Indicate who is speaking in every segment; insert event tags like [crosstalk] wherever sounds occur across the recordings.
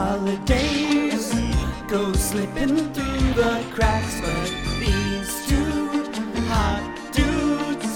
Speaker 1: holidays go slipping through the cracks, but these two hot dudes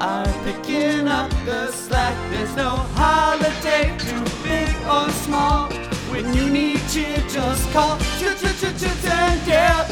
Speaker 1: are picking up the slack. There's no holiday too big or small. When you need cheer, just call Ch ch ch ch and yeah.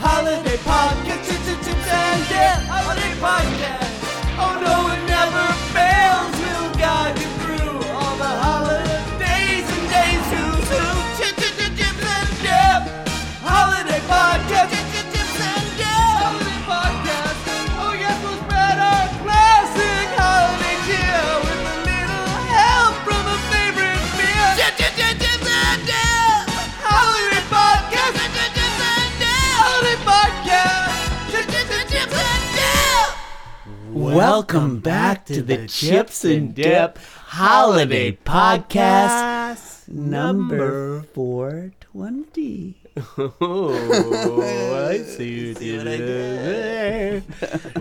Speaker 1: Holiday podcast, ch ch ch and yeah. Holiday podcast. Oh no, it never fails. We'll guide you through all the holidays and days to to ch ch ch ch and yeah. Holiday podcast. Ch ch ch and yeah. Holiday podcast. Oh yes, we'll spread our classic holiday cheer with a little help from a favorite beer. Ch ch ch ch and yeah. Holiday podcast. Ch ch ch and yeah. Holiday podcast. Ch ch ch ch and yeah.
Speaker 2: Welcome back to the Chips and Dip Holiday Podcast number 420. [laughs] Oh, I see [laughs] what you did there.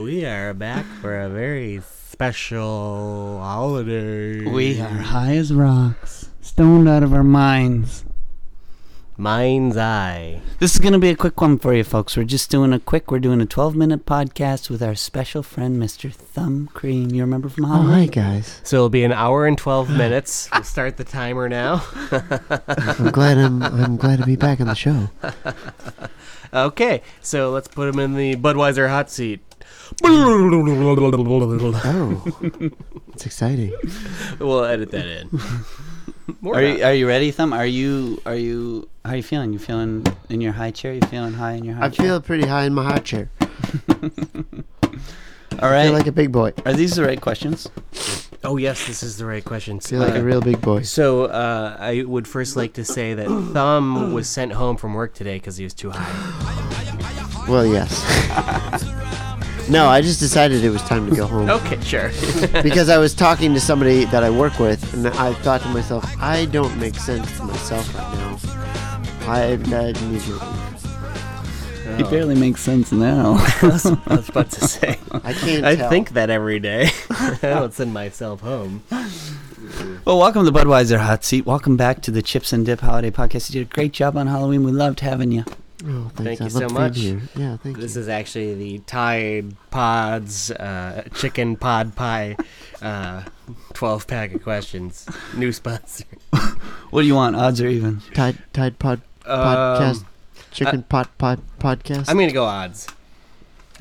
Speaker 2: We are back for a very special holiday.
Speaker 3: We are high as rocks, stoned out of our minds.
Speaker 2: Mind's Eye.
Speaker 3: This is going to be a quick one for you folks. We're just doing a quick, we're doing a 12 minute podcast with our special friend, Mr. Thumb Cream. You remember from
Speaker 4: All
Speaker 3: Hollywood?
Speaker 4: right, guys.
Speaker 2: So it'll be an hour and [laughs] 12 minutes. We'll start the timer now.
Speaker 4: I'm glad I'm I'm glad to be back on the show.
Speaker 2: Okay, so let's put him in the Budweiser hot seat.
Speaker 4: Oh, [laughs] it's exciting.
Speaker 2: We'll edit that in. Or
Speaker 3: Are
Speaker 2: not.
Speaker 3: you, are you ready, Thumb? Are you, are you, how are you feeling? You feeling in your high chair? You feeling high in your high
Speaker 4: I
Speaker 3: chair?
Speaker 4: feel pretty high in my high chair.
Speaker 3: All
Speaker 4: I
Speaker 3: right.
Speaker 4: feel like a big boy. I
Speaker 3: are these the right questions?
Speaker 2: Oh yes, this is the right question. So,
Speaker 4: feel like a real big boy.
Speaker 2: so uh, I would first like to say [clears throat] that Thumb was sent home from work today because he was too [laughs] high.
Speaker 4: Well, yes. [laughs] No, I just decided it was time to go home
Speaker 2: [laughs] Okay, sure.
Speaker 4: because I was talking to somebody that I work with, and I thought to myself, I don't make sense to myself right now. I, I need to.
Speaker 3: It barely makes sense now. [laughs]
Speaker 2: I was about to say.
Speaker 4: I can't.
Speaker 2: [laughs] I
Speaker 4: tell.
Speaker 2: think that every [laughs] day. I don't send myself home.
Speaker 3: Well, welcome to Budweiser Hot Seat. Welcome back to the Chips and Dip Holiday Podcast. You did a great job on Halloween. We loved having you.
Speaker 4: Oh,
Speaker 2: Thank
Speaker 4: thanks. I
Speaker 2: you
Speaker 4: love
Speaker 2: so
Speaker 4: being
Speaker 2: much.
Speaker 4: Here. Yeah, thank
Speaker 2: This
Speaker 4: you.
Speaker 2: is actually the Tide Pods uh, Chicken Pod Pie uh, 12 pack of questions. New sponsor.
Speaker 3: What do you want, odds or even?
Speaker 4: Tide Tide Pod
Speaker 2: Um,
Speaker 4: podcast, chicken pot pod podcast.
Speaker 2: I'm gonna go odds.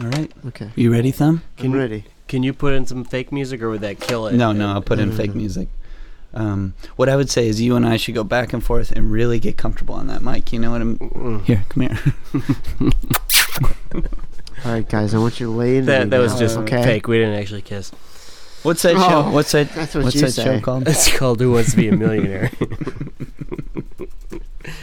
Speaker 3: All right.
Speaker 4: okay.
Speaker 3: You ready, Thumb?
Speaker 4: I'm
Speaker 2: Can-
Speaker 4: ready.
Speaker 2: Can you put in some fake music, or would that kill it?
Speaker 3: No, no, I'll put in
Speaker 4: no,
Speaker 3: fake
Speaker 4: no.
Speaker 3: music. Um, what I would say is you and I should go back and forth and really get comfortable on that mic. You know what I'm.
Speaker 2: Mm.
Speaker 3: Here, come here. [laughs]
Speaker 4: All right, guys, I want you to lay into me
Speaker 2: That, that was
Speaker 4: now,
Speaker 2: just
Speaker 4: okay.
Speaker 2: fake. We didn't actually kiss.
Speaker 3: What's that show?
Speaker 4: Oh,
Speaker 3: What's that?
Speaker 4: that's what
Speaker 3: what's
Speaker 4: you
Speaker 3: that show
Speaker 4: say.
Speaker 2: [laughs]
Speaker 3: called?
Speaker 2: It's called Who Wants to Be a Millionaire. [laughs]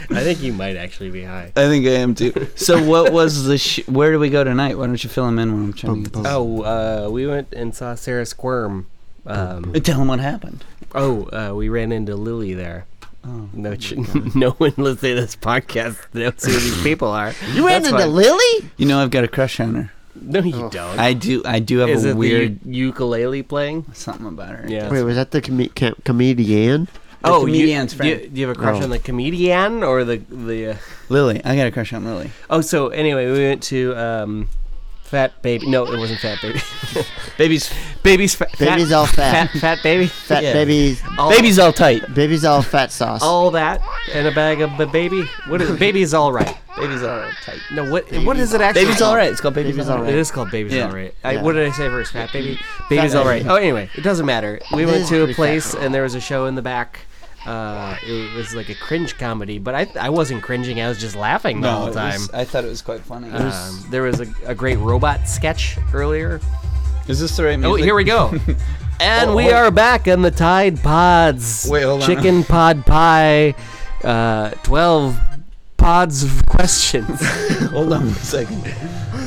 Speaker 2: I think you might actually be high.
Speaker 3: I think I am too. So, what was the? Sh- where do we go tonight? Why don't you fill them in when I'm trying
Speaker 4: Bum,
Speaker 3: to get
Speaker 4: bum.
Speaker 3: this?
Speaker 2: Oh, uh, we went and saw Sarah Squirm. Um,
Speaker 3: Tell them what happened.
Speaker 2: oh, uh, we ran into Lily there.
Speaker 3: Oh.
Speaker 2: No, ch- [laughs] no one listening to this podcast knows who these people are.
Speaker 4: You ran
Speaker 2: That's
Speaker 4: into
Speaker 2: fine.
Speaker 4: Lily?
Speaker 3: You know I've got a crush on her.
Speaker 2: No, you
Speaker 4: Oh.
Speaker 2: don't.
Speaker 3: I do. I do have
Speaker 2: Is
Speaker 3: a
Speaker 2: it
Speaker 3: weird
Speaker 2: the u- ukulele playing?
Speaker 3: something about her.
Speaker 2: Yeah.
Speaker 4: Wait, was that the com- com- comedian?
Speaker 3: The comedian's
Speaker 2: Oh, you,
Speaker 3: friend.
Speaker 2: Do you, do you have a crush
Speaker 4: Oh.
Speaker 2: on the comedian or the the? Uh,
Speaker 3: Lily. I got a crush on Lily.
Speaker 2: oh, so anyway, we went to um, Fat Baby. No, it wasn't Fat Baby. [laughs]
Speaker 3: Baby's
Speaker 2: Baby's fa-
Speaker 4: Baby's
Speaker 2: fat,
Speaker 4: all fat.
Speaker 2: fat, fat
Speaker 4: [laughs]
Speaker 2: baby.
Speaker 4: Fat
Speaker 3: yeah.
Speaker 4: babies.
Speaker 2: All,
Speaker 3: baby's all tight.
Speaker 4: Baby's all fat sauce.
Speaker 2: all that and a bag of b- baby. What is baby's all right?
Speaker 3: Baby's all right, tight.
Speaker 2: No, what what is it actually?
Speaker 3: Baby's all right. It's called baby's,
Speaker 4: Baby's
Speaker 3: all
Speaker 4: All
Speaker 3: right.
Speaker 2: It is called Baby's
Speaker 3: Yeah.
Speaker 2: All Right. I,
Speaker 4: Yeah.
Speaker 2: What did I say first? Fat Baby? Baby's
Speaker 4: Fat
Speaker 2: All Right.
Speaker 4: Baby.
Speaker 2: Oh, anyway, it doesn't matter. We
Speaker 4: It
Speaker 2: went
Speaker 4: is
Speaker 2: to a
Speaker 4: pretty fat.
Speaker 2: place and there was a show in the back. Uh, it was like a cringe comedy, but I, I wasn't cringing. I was just laughing the whole
Speaker 3: it
Speaker 2: time.
Speaker 4: uh,
Speaker 3: was- I thought it was quite funny.
Speaker 2: um, there was a, a great robot sketch earlier.
Speaker 3: is this the right
Speaker 2: Oh,
Speaker 3: music?
Speaker 2: here we go. and
Speaker 3: Oh,
Speaker 2: we
Speaker 3: hold-
Speaker 2: are back on the Tide Pods.
Speaker 3: Wait, hold on.
Speaker 2: Chicken Pod Pie. Uh, 12 pods of questions. [laughs]
Speaker 3: Hold on a second.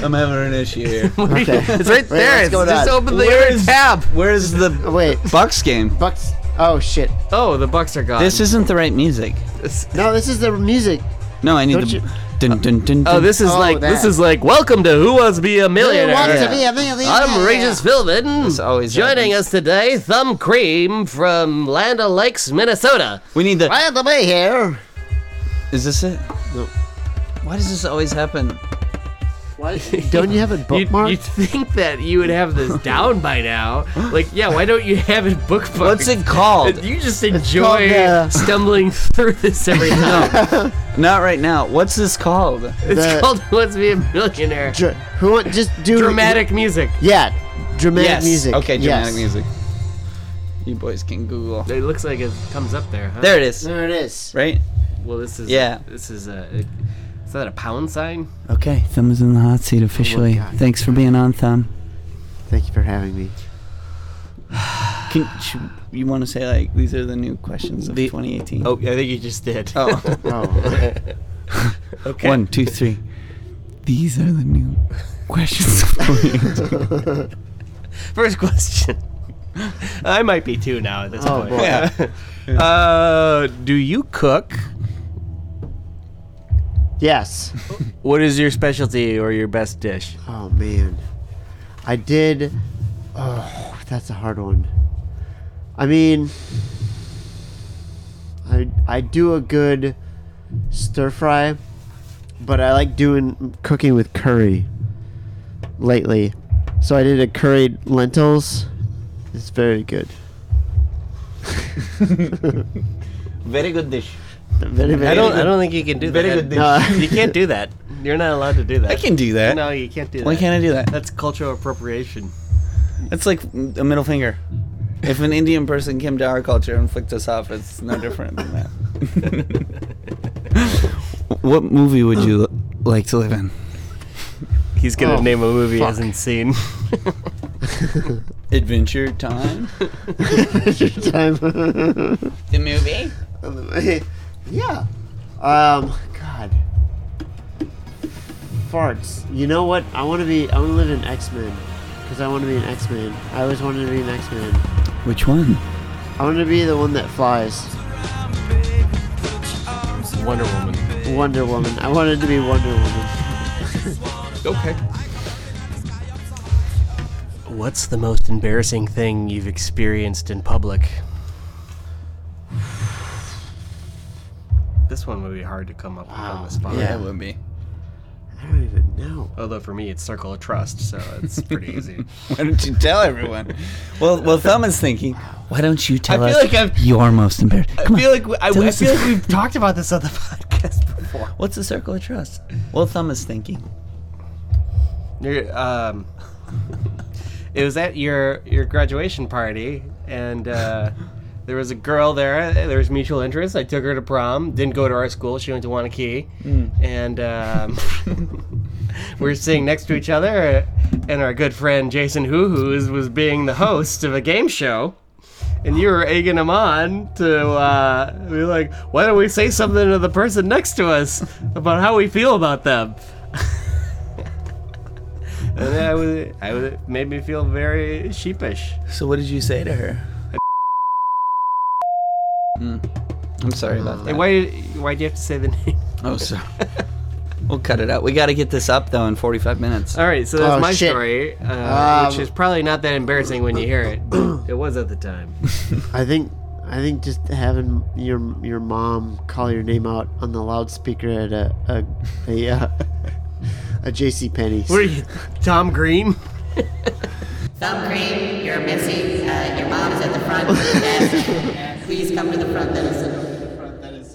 Speaker 3: I'm having an issue here.
Speaker 4: Okay.
Speaker 2: it's
Speaker 4: Wait,
Speaker 2: right
Speaker 4: what's
Speaker 2: there. It's
Speaker 4: going
Speaker 2: just
Speaker 4: on?
Speaker 2: open the
Speaker 3: Where
Speaker 2: other
Speaker 3: is-
Speaker 2: tab.
Speaker 3: Where's the
Speaker 4: Oh, Wait,
Speaker 3: Bucks game?
Speaker 4: Bucks. Oh shit.
Speaker 2: Oh, the Bucks are gone.
Speaker 3: This isn't the right music.
Speaker 4: No, this is the music.
Speaker 3: No, I need
Speaker 4: Don't
Speaker 3: the.
Speaker 4: you-
Speaker 3: Dun, dun, dun,
Speaker 2: oh,
Speaker 3: dun.
Speaker 2: this is
Speaker 4: Oh,
Speaker 2: like this
Speaker 4: that.
Speaker 2: is like welcome to Who Wants to Be a Millionaire.
Speaker 4: Who wants
Speaker 3: Yeah.
Speaker 4: to be a millionaire?
Speaker 2: I'm Regis Philbin.
Speaker 3: This always
Speaker 2: Joining
Speaker 3: happens.
Speaker 2: us today, Thumb Cream from Land O'Lakes, Minnesota.
Speaker 3: We need the.
Speaker 4: Glad to be here.
Speaker 5: Is this it?
Speaker 4: No.
Speaker 5: Why does this always happen?
Speaker 4: Don't you have it
Speaker 2: You'd,
Speaker 4: bookmarked?
Speaker 2: you'd think that you would have this down by now. Like, yeah, why don't you have it bookmarked?
Speaker 5: What's it
Speaker 2: [laughs]
Speaker 5: called?
Speaker 2: You just
Speaker 4: called,
Speaker 2: enjoy
Speaker 4: uh,
Speaker 2: stumbling through
Speaker 4: [laughs]
Speaker 2: this every time.
Speaker 5: Not right now. What's this called?
Speaker 2: It's
Speaker 4: The-
Speaker 2: called Who Wants to Be a Millionaire.
Speaker 4: Dra- who want just do
Speaker 2: Dramatic music.
Speaker 4: Yeah, dramatic
Speaker 5: yes.
Speaker 4: music.
Speaker 5: Okay, dramatic
Speaker 4: Yes.
Speaker 5: music. You boys can Google.
Speaker 2: It looks like it comes up there. Huh?
Speaker 5: There it is.
Speaker 4: There it is.
Speaker 5: Right?
Speaker 2: Well, this is.
Speaker 5: Yeah.
Speaker 2: This is a. Is that a pound sign?
Speaker 3: Okay, Thumb is in the hot seat officially.
Speaker 4: Oh God.
Speaker 3: Thanks for being on, Thumb.
Speaker 4: Thank you for having me.
Speaker 3: Can, should,
Speaker 5: You want to say like these are the new questions of
Speaker 2: The-
Speaker 5: 2018?
Speaker 2: Oh, I think you just did.
Speaker 5: [laughs] Oh.
Speaker 4: Oh,
Speaker 2: okay.
Speaker 5: One, two, three.
Speaker 3: these are the new
Speaker 5: [laughs]
Speaker 3: questions.
Speaker 2: First question. [laughs] I might be two now at this
Speaker 4: Oh,
Speaker 2: point.
Speaker 4: boy.
Speaker 2: Uh, do you cook?
Speaker 4: yes.
Speaker 2: What is your specialty or your best dish?
Speaker 4: Oh man, I did. Oh, that's a hard one. I mean, I I do a good stir fry, but I like doing cooking with curry lately. So I did a curried lentils. It's very good.
Speaker 5: Very good dish.
Speaker 4: Very, very
Speaker 2: I don't.
Speaker 4: good.
Speaker 2: I don't think you can do
Speaker 5: Very
Speaker 2: that.
Speaker 5: good dish.
Speaker 4: No.
Speaker 2: You can't do that. You're not allowed to do that.
Speaker 5: I can do that.
Speaker 2: No, you can't do that.
Speaker 5: Why can't I do that?
Speaker 2: That's cultural appropriation.
Speaker 5: That's like a middle finger. If an Indian person came to our culture and flicked us off, it's no different than that. [laughs] what movie would you like to live in?
Speaker 2: He's gonna
Speaker 4: Oh,
Speaker 2: name a movie he
Speaker 4: fuck.
Speaker 2: hasn't seen. [laughs]
Speaker 5: Adventure Time.
Speaker 2: [laughs]
Speaker 4: time. [laughs]
Speaker 5: The movie.
Speaker 4: yeah. Um. God. Farts. You know what? I want to be. I want to live in X Men, because I want to be an X Man. I always wanted to be an X Man.
Speaker 3: Which one?
Speaker 4: I want to be the one that flies.
Speaker 2: Wonder Woman.
Speaker 4: Wonder Woman. I wanted to be Wonder Woman.
Speaker 2: Okay. What's the most embarrassing thing you've experienced in public? This one would be hard to come up with on
Speaker 4: Wow.
Speaker 2: the spot.
Speaker 4: Yeah.
Speaker 5: That would be.
Speaker 4: I don't even know.
Speaker 2: Although for me, it's circle of trust, so it's [laughs] pretty easy.
Speaker 5: Why don't you tell everyone? Well, well, Thumb is thinking.
Speaker 3: Why don't you tell
Speaker 5: I feel
Speaker 3: us
Speaker 5: like I've-
Speaker 3: your most embarrassing?
Speaker 5: I
Speaker 3: Come on.
Speaker 5: feel like we- I,
Speaker 3: tell
Speaker 5: I
Speaker 3: us
Speaker 5: feel
Speaker 3: the-
Speaker 5: like we've talked about this
Speaker 2: [laughs]
Speaker 5: on the podcast.
Speaker 2: Four.
Speaker 5: What's the circle of trust? Well, Thumb is thinking.
Speaker 2: Your, um, it was at your your graduation party, and uh, there was a girl there. There was mutual interest. I took her to prom. Didn't go to our school. She went to Wanakee, and um, [laughs] we were sitting next to each other. And our good friend Jason Hoo-Hoos was being the host of a game show. And you were egging him on to uh, be like, why don't we say something to the person next to us about how we feel about them? And I was, I was, it made me feel very sheepish.
Speaker 5: So, what did you say to her? Hmm. I'm sorry about that.
Speaker 2: And why, why do you have to say the [laughs] name?
Speaker 5: Oh, sorry. [laughs] we'll cut it out. We got to get this up though in 45 minutes.
Speaker 2: All right, so that's
Speaker 4: Oh,
Speaker 2: my
Speaker 4: shit.
Speaker 2: story, uh, which
Speaker 4: Um,
Speaker 2: is probably not that embarrassing when you hear it, but it was at the time.
Speaker 4: I think. I think just having your your mom call your name out on the loudspeaker at a a a, uh, a JC Penney.
Speaker 2: What are you, Tom Green?
Speaker 6: Thumb cream, you're missing. Uh, your mom's at the front desk. Please come to the front desk.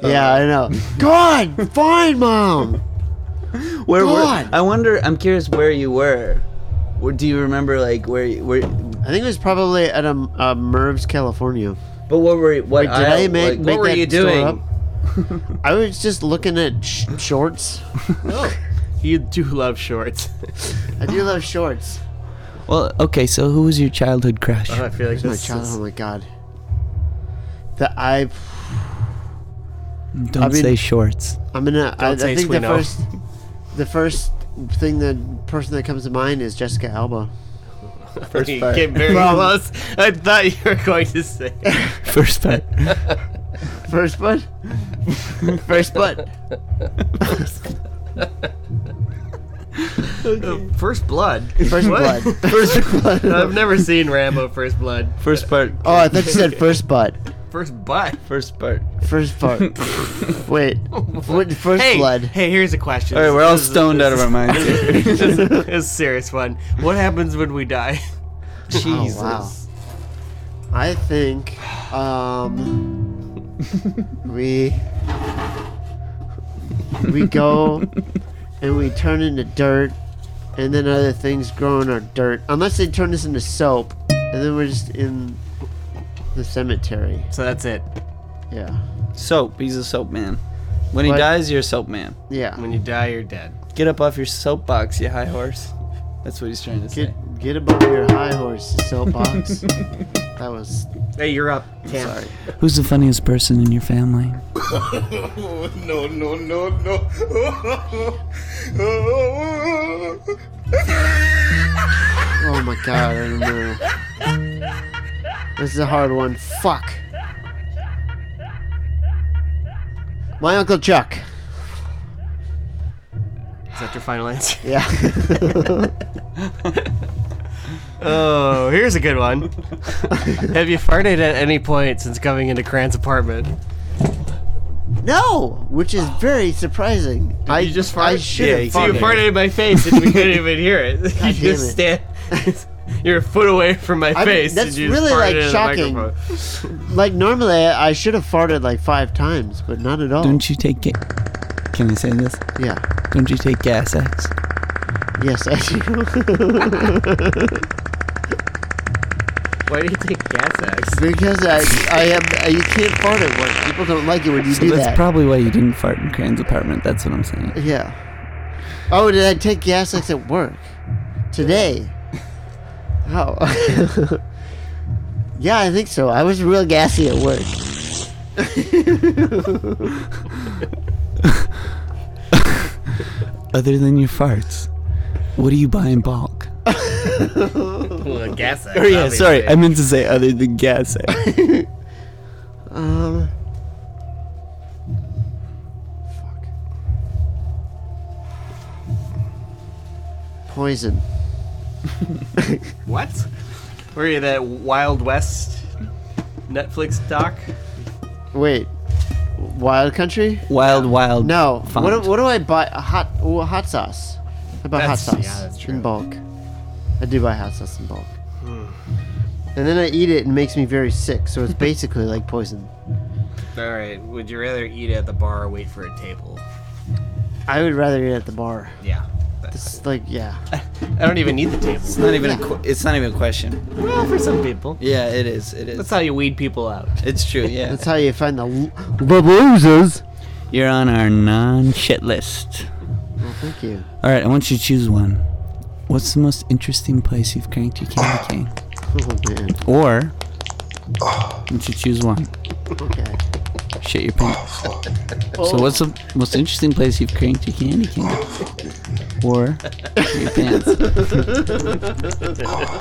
Speaker 4: Yeah, I know. God, fine, mom.
Speaker 5: Where were?
Speaker 4: God.
Speaker 5: I wonder. I'm curious where you were. Where, do you remember like where? you- Where?
Speaker 4: I think it was probably at um, uh, Merv's, California.
Speaker 5: But what were? you- What
Speaker 4: Wait, did I
Speaker 5: aisle,
Speaker 4: make-
Speaker 5: like,
Speaker 4: make
Speaker 2: What were
Speaker 4: that
Speaker 2: you
Speaker 4: store
Speaker 2: doing?
Speaker 4: up? I was just looking at sh- shorts.
Speaker 2: Oh, you do love shorts. [laughs]
Speaker 4: I do love shorts.
Speaker 3: Well, okay. So, who was your childhood crush?
Speaker 2: I feel like
Speaker 4: My
Speaker 2: this
Speaker 4: child, oh
Speaker 2: [laughs] is
Speaker 4: my god. The I,
Speaker 3: Don't
Speaker 4: I mean-
Speaker 3: say shorts.
Speaker 5: [laughs]
Speaker 4: I'm gonna. I, I
Speaker 2: Don't say
Speaker 4: think the
Speaker 2: Sweeney.
Speaker 4: first, the first thing the person that comes to mind is Jessica Alba.
Speaker 2: first you came very
Speaker 4: From-
Speaker 2: close. I thought you were going to say.
Speaker 3: First pet.
Speaker 4: First
Speaker 2: [laughs]
Speaker 4: butt.
Speaker 5: [laughs]
Speaker 4: first butt.
Speaker 2: First Blood.
Speaker 4: First
Speaker 2: [laughs]
Speaker 5: [laughs]
Speaker 2: What?
Speaker 4: blood. First blood.
Speaker 2: I've never seen Rambo First Blood.
Speaker 5: First part.
Speaker 4: [laughs] Oh, I thought you said first butt.
Speaker 2: First butt.
Speaker 5: First part.
Speaker 4: First part.
Speaker 2: [laughs]
Speaker 5: [laughs]
Speaker 4: Wait. What, first
Speaker 2: Hey,
Speaker 4: blood.
Speaker 2: hey, here's a question.
Speaker 5: All right,
Speaker 2: This-
Speaker 5: we're all
Speaker 2: this is-
Speaker 5: stoned
Speaker 2: this
Speaker 5: out of
Speaker 2: is-
Speaker 5: our minds. here.
Speaker 2: [laughs] this is a serious one. What happens when we die? [laughs]
Speaker 4: Oh, wow. I think [laughs] um, we we go and we turn into dirt, and then other things grow in our dirt. Unless they turn us into soap, and then we're just in the cemetery.
Speaker 2: So that's it.
Speaker 4: Yeah.
Speaker 5: Soap. He's a soap man. When he
Speaker 4: What?
Speaker 5: dies, you're a soap man.
Speaker 4: Yeah.
Speaker 2: When you die, you're dead.
Speaker 5: Get up off your soapbox, you high horse. That's what he's trying to say.
Speaker 4: Get get above your high horse, you [laughs] soapbox. that was
Speaker 2: Hey, you're up. Tam.
Speaker 5: Sorry.
Speaker 3: Who's the funniest person in your family?
Speaker 4: oh my god, I don't know. This is a hard one. Fuck. My uncle Chuck.
Speaker 2: Is that your final answer?
Speaker 4: [laughs] Yeah.
Speaker 2: [laughs] Oh, here's a good
Speaker 4: [laughs]
Speaker 2: one. Have you farted at any point since coming into Cran's apartment?
Speaker 4: no, which is very surprising. I
Speaker 2: you just
Speaker 4: I
Speaker 2: fart?
Speaker 4: should
Speaker 5: Yeah,
Speaker 4: have
Speaker 5: you
Speaker 2: So you
Speaker 4: farted.
Speaker 2: farted in my face and we couldn't even hear
Speaker 4: [laughs]
Speaker 2: it. You
Speaker 4: damn
Speaker 2: just stand. [laughs] You're a foot away from my
Speaker 4: I mean,
Speaker 2: face.
Speaker 4: that's
Speaker 2: and you just
Speaker 4: really,
Speaker 2: farted
Speaker 4: like,
Speaker 2: into the
Speaker 4: shocking.
Speaker 2: microphone.
Speaker 4: Like normally, I should have farted like five times, but not at all.
Speaker 3: Don't you take ga- Can I say this?
Speaker 4: Yeah.
Speaker 3: Don't you take gas X?
Speaker 4: Yes, I do.
Speaker 2: Why do you take gas X? [laughs]
Speaker 4: because I, I am. You can't fart at work. People don't like it when you
Speaker 3: So
Speaker 4: do
Speaker 3: that's
Speaker 4: that.
Speaker 3: probably why you didn't fart in Cran's apartment. That's what I'm saying.
Speaker 4: Yeah. Oh, did I take gas X at work today? Oh. [laughs] yeah, I think so. I was real gassy at work.
Speaker 3: Other than your farts, what do you buy in bulk?
Speaker 2: Well, gas X.
Speaker 3: Or yeah,
Speaker 2: obviously.
Speaker 3: sorry, I meant to say other than gas X.
Speaker 5: [laughs]
Speaker 4: Um. Fuck. Poison.
Speaker 2: What? Were you that Wild West Netflix doc?
Speaker 4: Wait. Wild country?
Speaker 3: Wild, wild.
Speaker 4: No.
Speaker 3: Font.
Speaker 4: What do, what do I buy? A hot oh, hot sauce. How about
Speaker 2: That's-
Speaker 4: hot sauce
Speaker 2: yeah, that's true. Hmm.
Speaker 4: in bulk? I do buy hot sauce in bulk. And then I eat it and it makes me very sick. So
Speaker 2: [laughs]
Speaker 4: it's basically like poison.
Speaker 2: All right. Would you rather eat at the bar or wait for a table?
Speaker 4: I would rather eat at the bar.
Speaker 2: Yeah.
Speaker 4: It's like yeah.
Speaker 2: I don't even need the table.
Speaker 5: It's not even. A qu- it's not even a question.
Speaker 2: Well, for some people.
Speaker 5: Yeah, it is. It
Speaker 2: That's
Speaker 5: is.
Speaker 2: how you weed people out.
Speaker 5: It's true. Yeah.
Speaker 4: That's how you find the l- the losers.
Speaker 3: You're on our non shit list.
Speaker 4: Well, thank you.
Speaker 3: All right, I want you to choose one. What's the most interesting place you've cranked your [sighs] candy cane?
Speaker 4: Oh man.
Speaker 3: Or, I want you to choose one.
Speaker 4: Okay.
Speaker 3: Shit your pants. So what's the most interesting place you've cranked your candy cane? Or
Speaker 5: [laughs]
Speaker 3: your pants?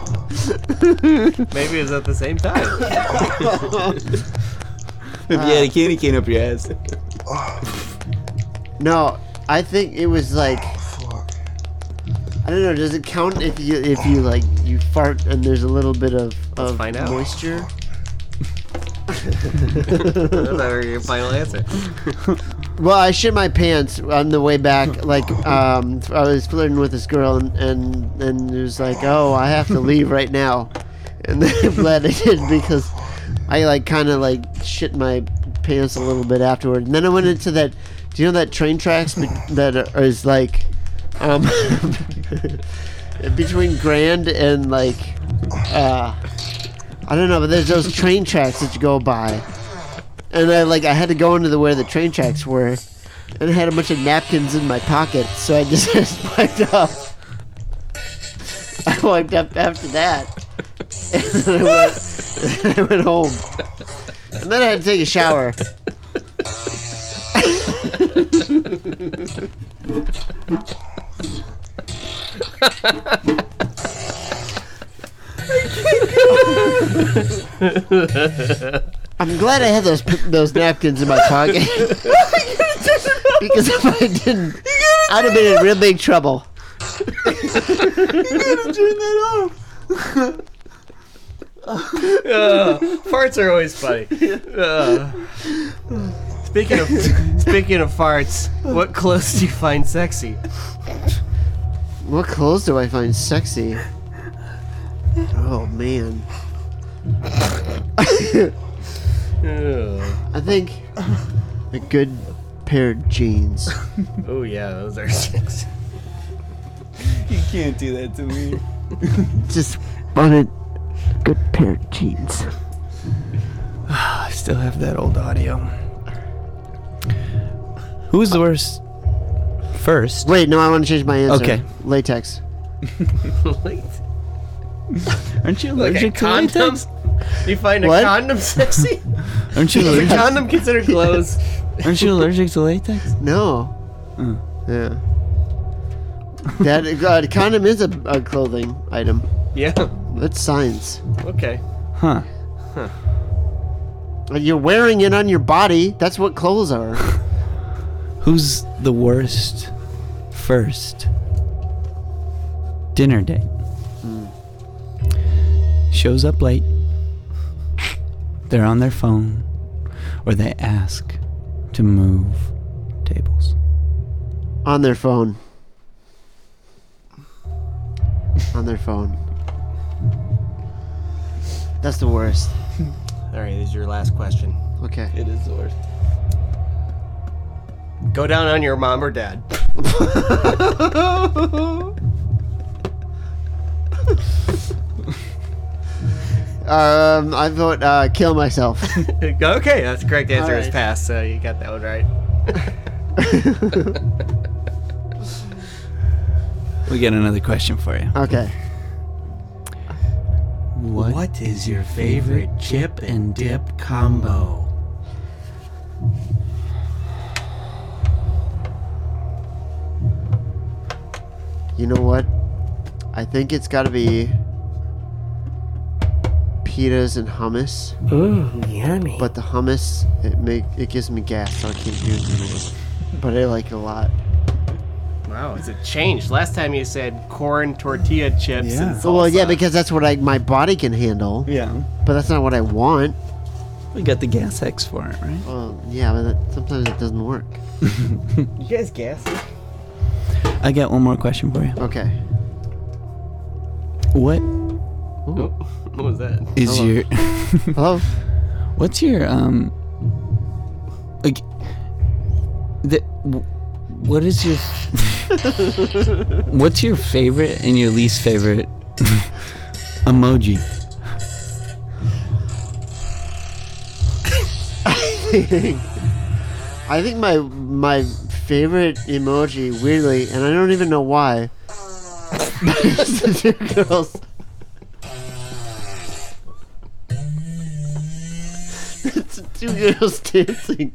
Speaker 2: Maybe it was at the same [laughs] time.
Speaker 5: If you had a candy cane up your ass.
Speaker 4: No, I think it was like. I don't know. Does it count if you if you like you fart and there's a little bit of, of
Speaker 2: find out.
Speaker 4: moisture?
Speaker 2: That's our- your final answer.
Speaker 4: Well, I shit my pants on the way back. Like, um, I was flirting with this girl, and and, and it was like, oh, I have to leave right now, and [laughs] then I'm glad I did because I like kind of like shit my pants a little bit afterward. And then I went into that, do you know that train tracks be- that are- is like, um, [laughs] between Grand and like, uh, I don't know, but there's those train tracks that you go by and I like I had to go into the where the train tracks were, and I had a bunch of napkins in my pocket, so I just, [laughs] just wiped up. I wiped up after that, and then I went, [laughs] and then I went home, and then I had to take a shower. I'm glad I had those p- those napkins in my pocket [laughs] because if I didn't, I'd have been in real big trouble.
Speaker 2: Ugh, Uh, farts are always funny. Ugh. Speaking of speaking of farts, what clothes do you find sexy?
Speaker 4: What clothes do I find sexy? Oh man.
Speaker 2: Ugh.
Speaker 4: I think a good pair of jeans.
Speaker 2: Oh yeah, those are [laughs] sexy.
Speaker 3: You can't do that to me.
Speaker 4: Just wanted a good pair of jeans.
Speaker 3: I still have that old audio. Who's the worst? First.
Speaker 4: Wait, no, I want to change my answer.
Speaker 3: Okay.
Speaker 4: Latex.
Speaker 2: Wait,
Speaker 3: Aren't you
Speaker 2: Like a
Speaker 3: allergic to
Speaker 2: condom?
Speaker 3: latex?
Speaker 2: Do you find a
Speaker 4: What?
Speaker 2: condom [laughs] sexy?
Speaker 3: Aren't you
Speaker 2: Is a
Speaker 3: allergic?
Speaker 2: condom [laughs] considered clothes?
Speaker 3: Aren't you allergic to latex?
Speaker 4: No. Yeah. That uh, condom is a, a clothing item.
Speaker 2: Yeah.
Speaker 4: That's science.
Speaker 2: Okay.
Speaker 3: Huh.
Speaker 4: Uh, You're wearing it on your body. That's what clothes are.
Speaker 3: Who's the worst? First.
Speaker 7: Dinner date.
Speaker 3: Hmm. Shows up late.
Speaker 7: They're on their phone, or they ask to move tables.
Speaker 4: on their phone. On their phone. That's the worst.
Speaker 2: All right, this is your last question.
Speaker 4: Okay.
Speaker 3: It is the worst.
Speaker 2: Go down on your mom or dad. [laughs]
Speaker 4: Um, I vote uh, kill myself. [laughs]
Speaker 2: okay, that's the correct answer. Is
Speaker 4: right.
Speaker 2: pass. So you got that one right.
Speaker 3: We got another question for you.
Speaker 4: okay.
Speaker 3: Uh, what is your favorite chip and dip combo?
Speaker 4: You know what? I think it's got to be pitas and hummus.
Speaker 7: Ooh, yummy.
Speaker 4: But the hummus, it make it gives me gas, so I keep using it. But I like it a lot.
Speaker 2: Wow, it's a change. Last time you said corn tortilla chips.
Speaker 3: Yeah.
Speaker 2: And salsa.
Speaker 4: So, well, yeah, because that's what I my body can handle.
Speaker 3: Yeah.
Speaker 4: But that's not what I want.
Speaker 3: We got the gas X for it, right?
Speaker 4: Well, yeah, but that, sometimes it doesn't work.
Speaker 2: you guys guess.
Speaker 3: I got one more question for you.
Speaker 7: [laughs]
Speaker 4: Okay.
Speaker 3: What
Speaker 2: Oh, what was that? [laughs]
Speaker 3: is your [laughs]
Speaker 4: Hello.
Speaker 3: What's your um like the w- what is your What's your favorite and your least favorite emoji?
Speaker 4: I think my my favorite emoji, weirdly, and I don't even know why, [laughs] is the two girls. it's the two girls dancing.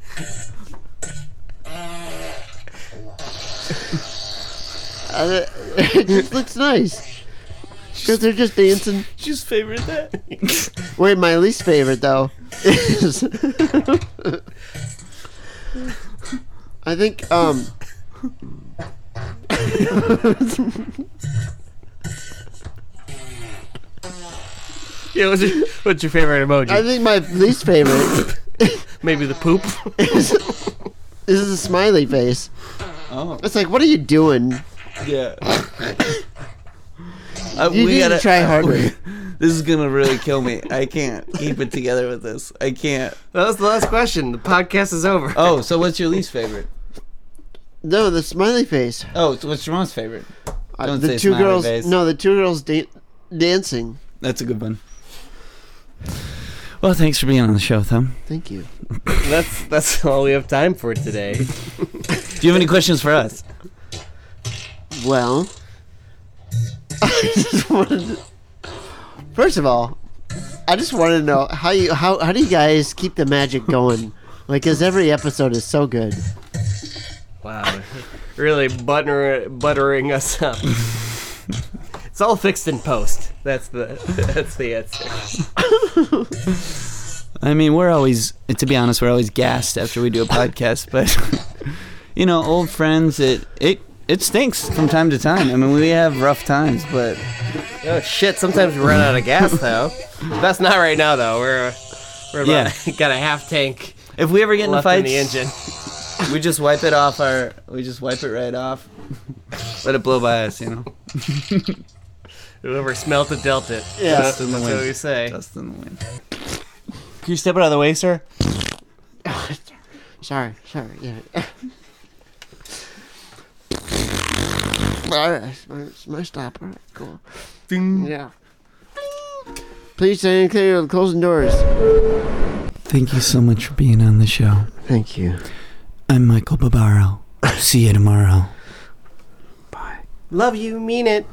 Speaker 4: Uh, it just looks nice because they're just dancing.
Speaker 3: She's favorite that.
Speaker 4: Wait, my least favorite though is [laughs] I think um
Speaker 2: Yeah, what's your, what's your favorite emoji?
Speaker 4: I think my least favorite
Speaker 2: Maybe the poop. [laughs]
Speaker 4: is is the smiley face.
Speaker 3: Oh,
Speaker 4: It's like, what are you doing?
Speaker 3: yeah. Uh,
Speaker 4: You need to try harder.
Speaker 3: [laughs] This is gonna really kill me. I can't keep it together with this. I can't.
Speaker 2: that was the last question. The podcast is over.
Speaker 3: Oh, so what's your least favorite?
Speaker 4: No, the smiley face.
Speaker 3: Oh, so what's your mom's favorite?
Speaker 4: Uh,
Speaker 3: Don't
Speaker 4: the
Speaker 3: say
Speaker 4: two
Speaker 3: smiley
Speaker 4: girls.
Speaker 3: face.
Speaker 4: No, the two girls da- dancing.
Speaker 3: That's a good one.
Speaker 7: Well, thanks for being on the show, Thumb.
Speaker 4: Thank you.
Speaker 2: That's that's all we have time for today. [laughs]
Speaker 3: Do you have any questions for us?
Speaker 4: Well, [laughs] I just wanted. To, first of all, I just wanted to know how you how how do you guys keep the magic going? Like, cause every episode is so good.
Speaker 2: Wow, really butter, buttering us up. it's all fixed in post. That's the that's the answer.
Speaker 3: I mean, we're always, to be [laughs] honest, we're always gassed after we do a podcast, but you know, old friends, it it it stinks from time to time. I mean, we have rough times, but
Speaker 2: Oh shit! Sometimes we run out of gas though. That's not right now though. We're we're about, [laughs] got a half tank
Speaker 3: if we ever get in a
Speaker 2: left
Speaker 3: fight,
Speaker 2: in the engine.
Speaker 3: we just wipe it off our. We just wipe it right off. [laughs] Let it blow by us, you know.
Speaker 2: Whoever smelt it dealt it.
Speaker 4: Yeah.
Speaker 2: that's,
Speaker 3: Dust in the
Speaker 2: that's what
Speaker 3: wind.
Speaker 2: we say.
Speaker 3: Dust in the wind.
Speaker 2: Can you step out of the way, sir?
Speaker 4: Sorry, sorry. Yeah. All right, it's my, it's my stop. All right, cool. Yeah. Please stand clear of the closing doors.
Speaker 8: Thank you so much for being on the show.
Speaker 4: Thank you.
Speaker 8: I'm Michael Barbaro. See you tomorrow.
Speaker 2: Love you, mean it.